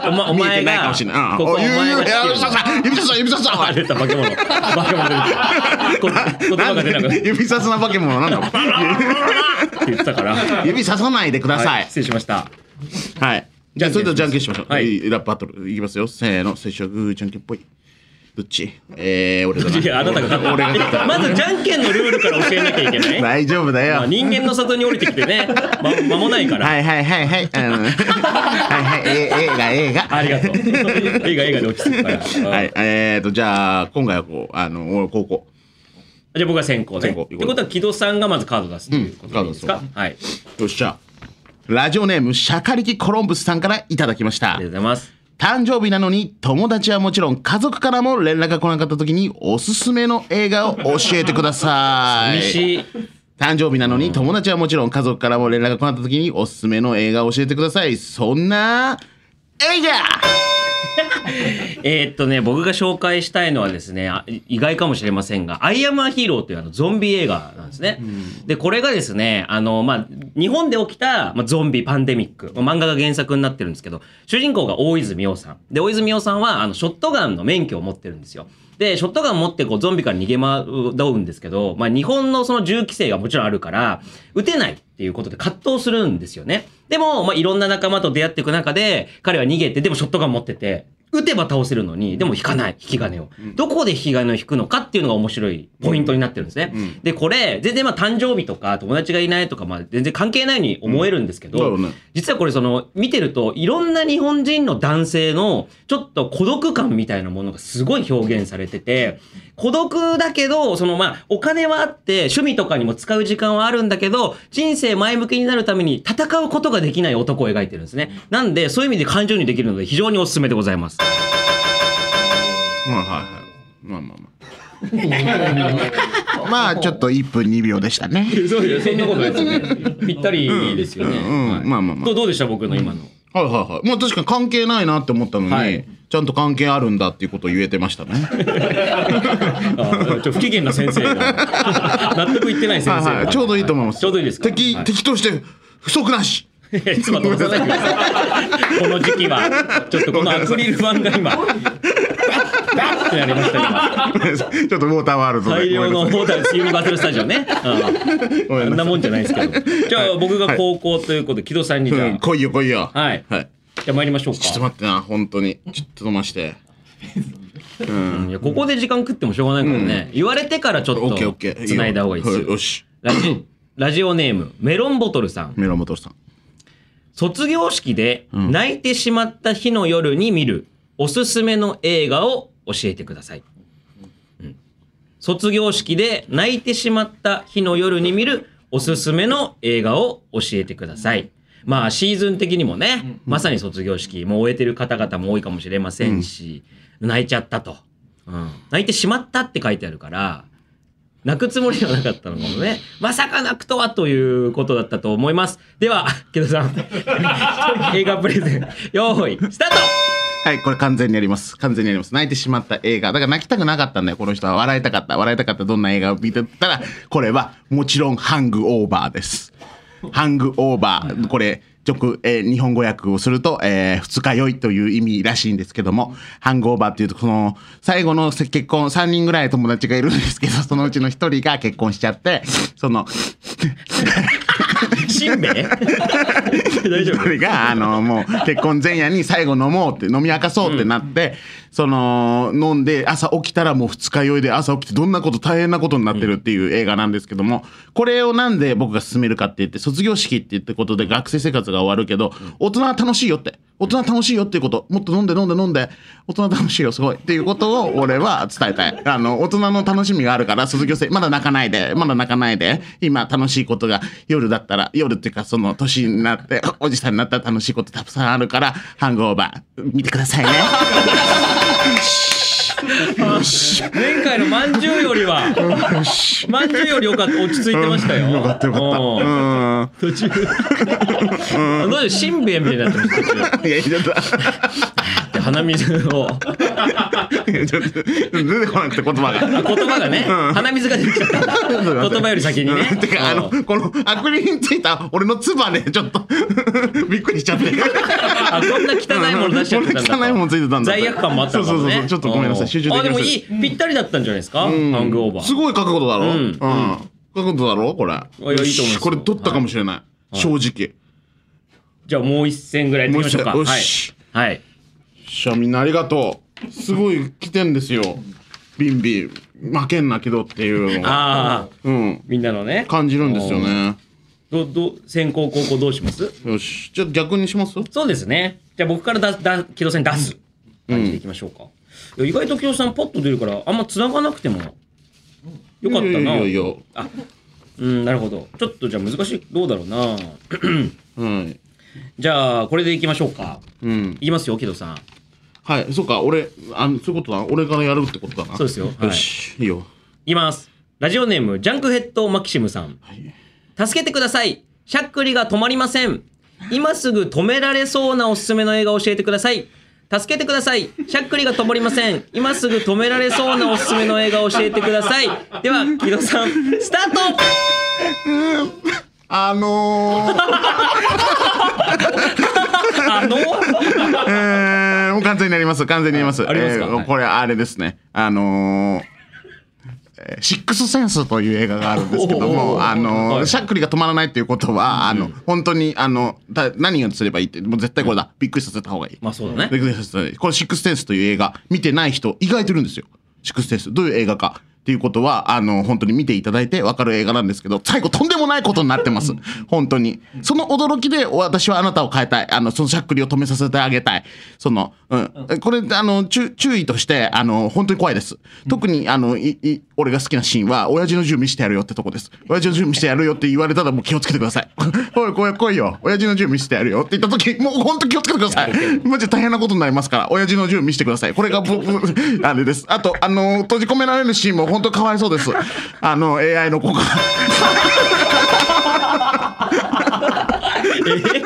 おま、お
見え
前
てないか
が、
もしれない。うん。
ここ
お
お
言う言
前
う
が
いや指ささん指ささん指ささんお
あ、
い
出た、化け物。化け物出てきたこ言葉が出なくなるって
指さすな化け物なんだも ん
言ってたから。は
指ささないでください。
失礼しました。
はい。じゃあ、それではじゃんけんしましょう。
はい
いい。ラップバトル。いきますよ。せーの。最初はグー、じゃんけんぽい。どっちえー、俺だな。
いや、あなたが勝っ
俺
た
が勝っ た。
まずじゃんけんのルールから教えなきゃいけない。
大丈夫だよ。
まあ、人間の里に降りてきてね、ま、間もないから。
はいはいはいはい。あ のはいはい。えー映画、映画。
ありがとう。映画映画で落ち着くから。
は
はい
い。。えーと、じゃあ、今回はこう、あの、高校。
じゃあ僕が先行ね。
先
って
行
ことは木戸さんがまずカード出すっていうことでいいですか、
うん
はい。あり
よっしゃ。ラジオネーム、シャカリキコロンブスさんからいただきました
がとう。ございます。
誕生日なのに友達はもちろん家族からも連絡が来なかった時におすすめの映画を教えてください。
寂しい。
誕生日なのに友達はもちろん家族からも連絡が来なかった時におすすめの映画を教えてください。そんな映画
えーっとね、僕が紹介したいのはですね、あ意外かもしれませんが、アイアムアヒーローというあのゾンビ映画なんですね。で、これがですね、あの、まあ、日本で起きた、まあ、ゾンビパンデミック、まあ漫画が原作になってるんですけど、主人公が大泉洋さん。で、大泉洋さんは、あの、ショットガンの免許を持ってるんですよ。で、ショットガン持ってこうゾンビから逃げ回うんですけど、まあ、日本のその銃規制がもちろんあるから、撃てないっていうことで葛藤するんですよね。でも、まあ、いろんな仲間と出会っていく中で、彼は逃げて、でもショットガン持ってて、打てば倒せるのに、でも引かない、引き金を。どこで引き金を引くのかっていうのが面白いポイントになってるんですね。で、これ、全然まあ誕生日とか友達がいないとか、まあ全然関係ないように思えるんですけ
うんだろ
ど、
うね
実はこれその、見てると、いろんな日本人の男性の、ちょっと孤独感みたいなものがすごい表現されてて、孤独だけど、そのまあ、お金はあって、趣味とかにも使う時間はあるんだけど、人生前向きになるために戦うことができない男を描いてるんですね。なんで、そういう意味で感情にできるので、非常におすすめでございます。
まあはいはいまあまあまあ
まあちょっと1分2秒でしたね
そうそんなことないですね。ぴったりですよね。
うん
はい
まあまあまあ
どうどうでした僕の今の。
はいはいはいまあ確かに関係ないなって思ったのに、
はい
ちゃんと関係あるんだっていうことを言えてましたね
あちょ不機嫌な先生が納得いってない先生
はいはい
が。
ちょうどいいと思います、
ちょうどいいですか。
敵
はい
敵として不足なし
いや妻とさないでください。この時期はちょっとこのアクリル板が今バッバッってなりました今。
ちょっとウォーターワールド
大
でご
量の
めんなさい
モータルスイムバトルスタジオね。うん。あんなもんじゃないですけど。じゃあ僕が高校ということで木戸さんにじゃ
うん、来いよ来いよ
あはい。
はい
じゃあ参りましょうか。
ちょっと待ってな本当にちょっと飛ばして
いやここで時間食ってもしょうがないからね、言われてからちょっ
オッケーオッケ
と
ー
繋いだ方がいいです
は
よ
よし
ラジラジオネームメロンボトルさん
メロンボトルさん
卒業式で泣いてしまった日の夜に見るおすすめの映画を教えてください、うん卒業式で泣いてしまった日の夜に見るおすすめの映画を教えてくださいまあシーズン的にもね、まさに卒業式もう終えてる方々も多いかもしれませんし、泣いちゃったと、うん泣いてしまったって書いてあるから泣くつもりではなかったのかもね。まさか泣くとはということだったと思います。では、木戸さん、 映画プレゼン、用意、スタート
はい、これ完全にやります。完全にやります。泣いてしまった映画。だから泣きたくなかったんだよ、この人は。笑いたかった。笑いたかった。どんな映画を見てたら、これは、もちろん、ハングオーバーです。ハングオーバー。これ、直、えー日本語訳をすると、えー二日酔いという意味らしいんですけども、ハングオーバーっていうと、その、最後のせ結婚、3人ぐらい友達がいるんですけど、そのうちの1人が結婚しちゃって、その、
し んべヱ大丈
一人が、あの、もう結婚前夜に最後飲もうって、飲み明かそうってなって、その、飲んで朝起きたらもう二日酔いで朝起きてどんなこと大変なことになってるっていう映画なんですけども、これをなんで僕が勧めるかって言って、卒業式って言ってことで学生生活が終わるけど、大人は楽しいよって、大人は楽しいよっていうこと、もっと飲んで飲んで飲んで、大人楽しいよすごいっていうことを俺は伝えたい。あの、大人の楽しみがあるから、卒業生、まだ泣かないで、まだ泣かないで、今楽しいことが夜だったら、夜っていうかその年になって、おじさんになったら楽しいことたくさんあるから、ハングオーバー、見てくださいね。
夫。前回のまんじゅうよりは、まんじゅうよりよかった、落ち着いてましたよ。
よかったよかった。う
うん
ん。
途中。あどうでしょうしんべヱみたいになってました途中
いや、ちょっと、
で。鼻水を、
ちょっと、出てこなくて言葉が。
言葉がね、鼻水が出てきちゃった。言葉より先にね。
てか、あの、この、アクリルについた俺の唾ね、ちょっと、 びっくりしちゃって。
あこんな汚いもの出しちゃってたんだと
こんな汚いものついてたんだ
罪悪感もあったのかもね
そうそうそうちょっとごめんなさい
うん
集中できませ
あ
ん
でもいいぴったりだったんじゃないですか、ハングオーバー
すごい覚悟だろ
うん
うん覚悟だろこれいや
いいと思いますよ
これ取ったかもしれない正直
じゃあもう一戦ぐらいやってみましょうか
もう一戦
はい
よし、
はい、
しゃみんなありがとうすごい来てんですよビンビン負けんなけどっていうのが
ああ
うん
みんなのね
感じるんですよね
どど先攻後攻どうします
よしじゃあ逆にします
そうですねじゃあ僕からだだ軌道戦出す感じでいきましょうか、いや意外と軌道さんポッと出るからあんま繋がなくてもよかったない
やいやいやい
あうんなるほどちょっとじゃあ難しいどうだろうな
やはい
じゃあこれでいきましょうか、
うん
いきますよ軌道さん
はいそうか俺あのそういうことだな俺からやるってことだな
そうですよはい
よしいいよ
いきます。ラジオネーム、ジャンクヘッドマキシムさん。助けてください。しゃっくりが止まりません。今すぐ止められそうなおすすめの映画を教えてください。助けてください。しゃっくりが止まりません。今すぐ止められそうなおすすめの映画を教えてください。では、木戸さん、スタート
あのー
あの
えーもう完全になります。完全になります。
あありますか
えー
はい
これ、あれですね。あのー、ええーシックスセンスという映画があるんですけど
おー
も、あ
は
の、
い
しゃっくりが止まらないっていうことは、あの、本当に、あの、た何をすればいいって、もう絶対これだ。びっくりさせた方がいい。
まあそうだね
びっくりさせた方がいいこのシックスセンスという映画、見てない人、意外といるんですよ。シックスセンス、どういう映画か。っていうことは、あの、本当に見ていただいてわかる映画なんですけど、最後とんでもないことになってます。本当に。その驚きで、お私はあなたを変えたい。あの、そのしゃっくりを止めさせてあげたい。その、うん。これ、あの、注注意として、あの、本当に怖いです。特に、あの、い、い、俺が好きなシーンは、親父の準備してやるよってとこです。親父の準備してやるよって言われたら、もう気をつけてください。 おい、来い、来いよ。親父の準備してやるよって言った時、もう本当気をつけてください。マジで大変なことになりますから、親父の準備してください。これが、 ぼぼあれです。あと、あの、閉じ込められるシーンも本当かわいそうです。あの、AI の子 が。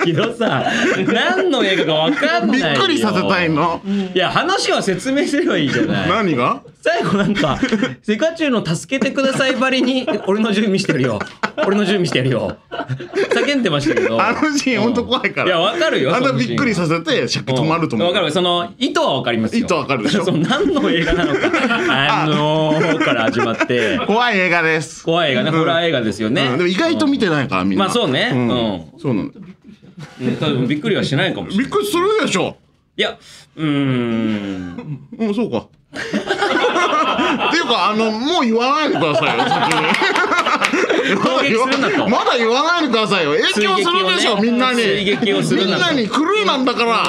えけどさ何の映画かわかん
び
ない
っ
よ
くりさせたいの。
いや話は説明すればいいじゃない
何が
最後なん か「セカチュウの助けてください」ばりに「俺の準備してるよ俺の準備してるよ」叫んでましたけど
あのシーン本当怖いから。
いやわかるよ
あんな
そのシーン
びっくりさせて、尺止まると思う。
わかるその意図はわかりますよ
意図わかるでしょ
その何の映画なのか あのーから始まって
怖い映画です。
怖い映画ね、ホラー映画ですよね、
うんでも意外と見てないからみんな。
まあそうね
うんそうなの。
うん多分びっくりはしないかもしれ
び
な
っ
い
くりするでしょ。
いやうーん
うんそうか。 っていうかあのもう言わないでくださいよ
攻
先
撃
に。
するな と
まだ言わないでくださいよ。影響するでしょ、
追撃をね
みんなに。
追撃をする
み
なん
な
と
にクルーなんだか ら。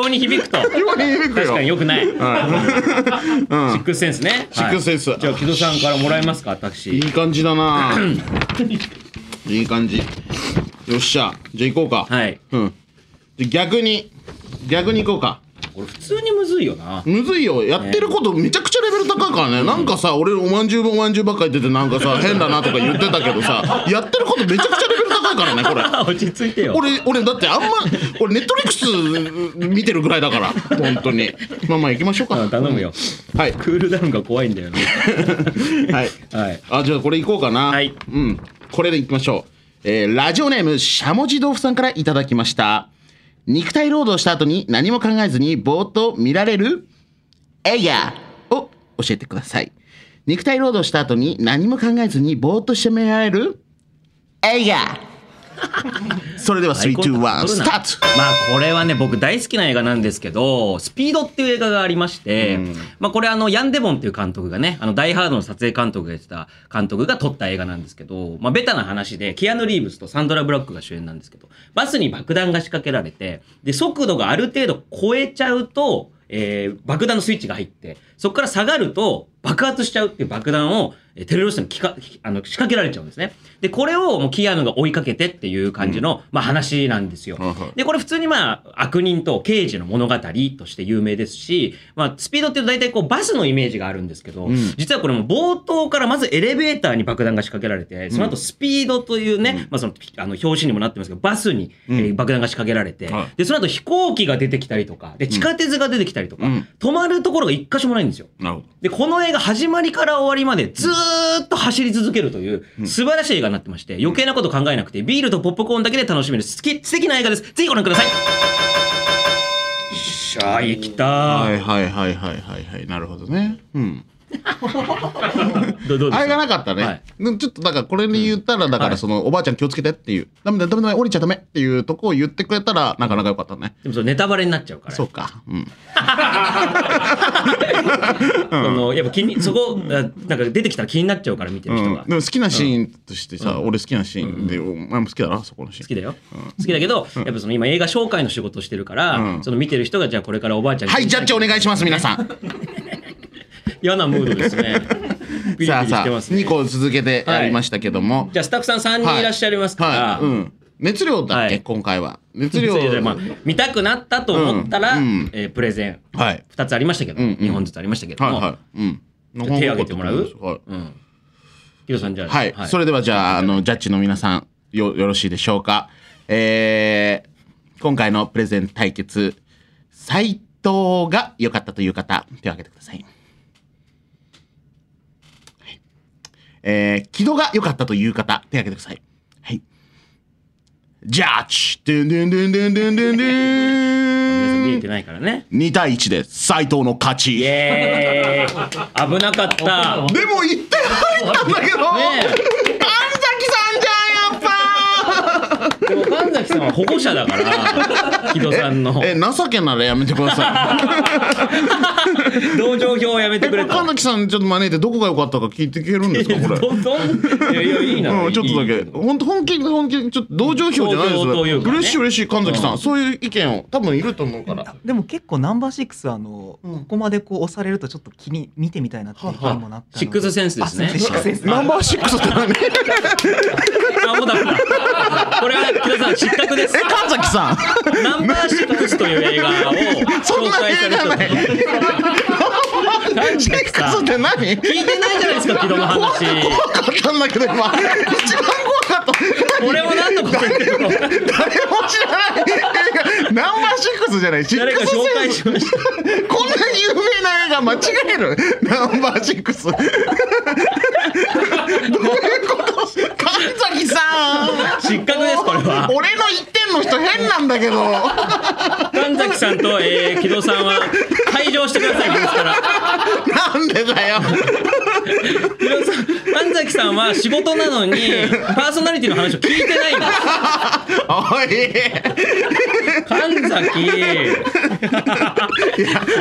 表に響くと
今に響く
確かに
よ。
よくない、
うん
シックスセンスねシ
ックスセンス
じゃあ木戸さんからもらえますか
い
私
い感じだな。いい感じ。よっしゃ。じゃあ行こうか。
はい
うん。じゃあ逆に逆に行こうか。
これ普通にむずいよな
むずいよやってることめちゃくちゃレベル高いからね、なんかさ俺おまんじゅうおまんじゅうばっかり出てなんかさ変だなとか言ってたけどさやってることめちゃくちゃレベル高いからねこれ
落ち着いてよ
俺俺だってあんま俺ネットリックス見てるぐらいだから本当にまあまあ行きましょうか
うん頼むよ
はい
クールダウンが怖いんだよね
はい
はい
あじゃあこれ行こうかな
はい
うんこれで行きましょうえーラジオネームしゃもじ豆腐さんからいただきました肉体労働した後に何も考えずにぼーっと見られる映画を教えてください肉体労働した後に何も考えずにぼーっとして見られる映画それでは321スタート
まあこれはね僕大好きな映画なんですけど「スピード」っていう映画がありまして、まあ、これあのヤン・デボンっていう監督がね「あのダイ・ハード」の撮影監督がやってた監督が撮った映画なんですけど、まあ、ベタな話でキアヌ・リーブスとサンドラ・ブラックが主演なんですけどバスに爆弾が仕掛けられてで速度がある程度超えちゃうと、えー爆弾のスイッチが入ってそこから下がると爆発しちゃうっていう爆弾をえーテロリストにきかきあの仕掛けられちゃうんですね。でこれをもうキアヌが追いかけてっていう感じの、まあ、話なんですよ。で、これ普通にまあ、悪人と刑事の物語として有名ですし、まあ、スピードっていうと大体こうバスのイメージがあるんですけど、実はこれも冒頭からまずエレベーターに爆弾が仕掛けられて、その後スピードというね、まあその、あの、表紙にもなってますけど、バスに、えー爆弾が仕掛けられて、で、その後飛行機が出てきたりとか、で、地下鉄が出てきたりとか、止まるところが一箇所もないんですよ。
なるほど
で、この映画始まりから終わりまでずーっと走り続けるという素晴らしい映画になってまして、余計なこと考えなくて、ビールとポップコーンだけで楽しめる素敵素敵な映画です。ぜひご覧ください。よっしゃー、きた
は
ー。
いはいはいはいはいはいなるほどねうん
どどうで
あ
す
れが
か
なかったね、
はい
でもちょっとだからこれで言ったらだか
はい
らそのおばあちゃん気をつけてっていうダメだダメだ降りちゃダメっていうとこを言ってくれたらなかなかよかったね
でもそれネタバレになっちゃうから。
そうかうん
そのやっぱ気 に、そこ、あなんか出てきたら気になっちゃうから見てる人
うん
が。
でも好きなシーンとしてさ、俺好きなシーンで、お前も好きだなそこのシーン
好きだよ、好きだけど、やっぱその今映画紹介の仕事をしてるから、
うん
その見てる人がじゃあこれからおばあちゃんに
はいジャッジお願いします 皆さん
嫌なムードです ねピリピリ
さあさ
し
あ、
てますね
2個続けてやりましたけども、
じゃあスタッフさん3人いらっしゃいますから、
はいうん、熱量だっけ、
はい
今回は熱量
それでまあ、見たくなったと思ったら、
うんうん
えープレゼン
はい
2つありましたけど、
うんうん
2本ずつありましたけど
はい
も、
はいうん
手を挙げてもらう
はい
うん、ヒロさんじゃあ、
はい、それではじゃああのジャッジの皆さんよよろしいでしょうかえー、今回のプレゼン対決斉藤が良かったという方手を挙げてください、はいえー、木戸が良かったという方手を挙げてくださいはいジャッジでんでんでんでんでんでんで
皆さん見え
ん
てないからね。
2対1で斎藤の勝ち
イ
で
エーイ 危なかった。ね
も1点入ったんだけど神崎さんじゃんやっぱ
えでも神崎さんは保護者だから、木戸さんの。
え情けならやめてくださ
同情票をやめ
いえ
て
こ
く
れ
れ
神
と。
崎さんちょっと招いてどこが良かったか聞いていけるんですかこれ
どんどんいやいやいいな。
うん、ちょっとだ
い
け
い
本当本気本気ちょっと同情票じゃないです
同情というかね
嬉しい嬉しい神崎さん、そういう意見を多分いると思 うから
でも結構ナンバーシックスあの、ここまでこう押されるとちょっと気に見てみたいなっていう気にもなったので
シックスセンスですね
あ。すいませんシックスセンス
ナンバーシックスって何
あ、もうダメだ。これは木戸さん失格です。
神崎さん
ナンバーシックスという映画を
そ
紹
んな
介
映
され
画
た
ない
神
シッ
崎
ク
さ
ス
ん
っ。て何
聞いてないじゃないですか、木戸の話。
怖かったんだけど今一番怖かった
俺も何のこと言ってるのか
誰も知らない映画ナンバーシックスじゃないシッ
誰
ク
か紹
スセ
介
ンス
しました。
こんな有名な映画間違えるナンバーシックスどういうこと神崎さん
失格ですこれは
俺の一点の人変なんだけど
神崎さんと、えー、木戸さんは退場してくださいですから
なんでだよ
木戸さん神崎さんは仕事なのにパーソナリティの話を聞いてないんです
おい
神崎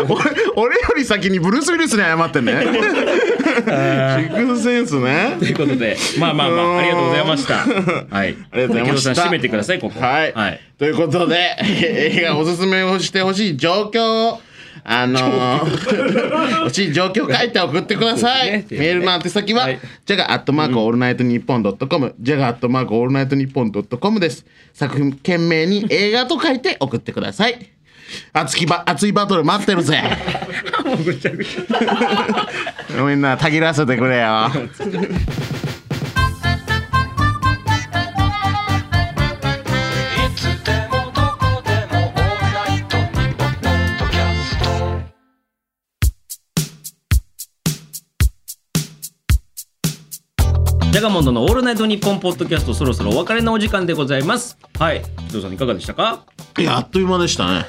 俺俺より先にブルース・ウィルスに謝ってねシックスセンスね
ということでまあまあまあありがとうございましたはい
ありがとうございまし
木
た
戸さん締めてくださいここ
はい、
はい、
ということで 映画おすすめをしてほしい状況をあのー、欲しい状況を書いて送ってくださ
そう
い、
ですね
メールの宛先は、
はい
ジャガアットマークオールナイトニッポンドットコムジャガアットマークオールナイトニッポンドットコムです作品懸命に映画と書いて送ってください熱きば熱いバトル待ってるぜ みんなたぎらせてくれよ
ジャガモンドのオールナイトニッポンポッドキャストそろそろお別れのお時間でございますはい木戸さんいかがでしたか
いやあっという間でしたね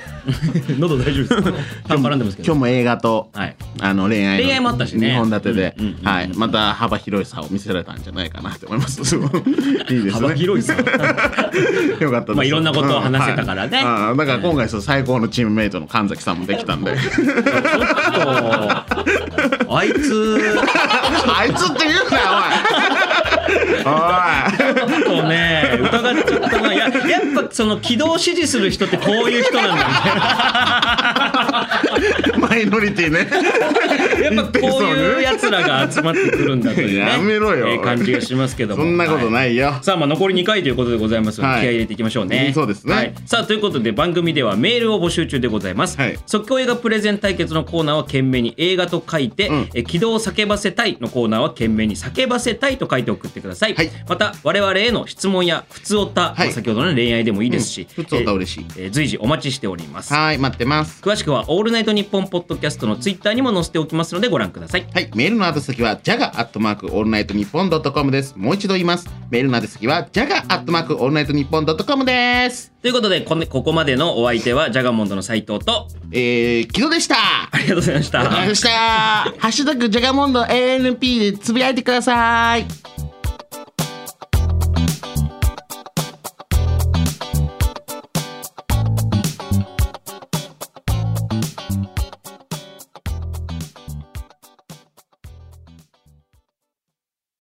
喉大丈夫ですか 半端なんでますけ
今
ど
日も映画と
はい
あの恋愛の
恋愛もあったしね
2本立てで、
うんうんうんうん
はい、また幅広いさを見せられたんじゃないかなと思い ます。すごいいいです
幅
ね。
広いですね
よかったです。
まあいろんなことを話せたからね
うんはいああだから今回そう最高のチームメイトの神崎さんもできた んで、
あいつ
あいつって言うなよおい。
ちょっとね疑っちゃったなややっぱその軌道を支持する人ってこういう人なんだみたいな
おい、マイノリティね。
やっぱこういうやつらが集まってくるんだという ね
やめろよ
えー感じがしますけども
そんなこと
は
ないよ。
さあまあ残り2回ということでございますので、
はい
気合い入れていきましょうね、
うんそうですね
はいさあということで番組ではメールを募集中でございます、
はい
即興映画プレゼン対決のコーナーは懸命に映画と書いて、
ん
え起動を叫ばせたいのコーナーは懸命に叫ばせたいと書いて送ってください、
はい
また我々への質問や普通おた、
はい
まあ先ほどの恋愛でもいいですし、
うん普通おた嬉しい
えーえー随時お待ちしております
はい、待ってます。
詳しくは「オールナイトニッポン」ポッドキャストのツイッターにも載せておきますのでご覧ください
はい、メールの宛先は、ジャガアットマークオールナイトニッポンドットコムです。もう一度言います。メールの宛先は、ジャガアットマークオールナイトニッポンドットコムです。
ということでこんここまでのお相手はジャガモンドの斉藤と
えー、木戸でした。
ありがとうございました
ありがとうございました。ハッシュタグジャガモンド ANP でつぶやいてください。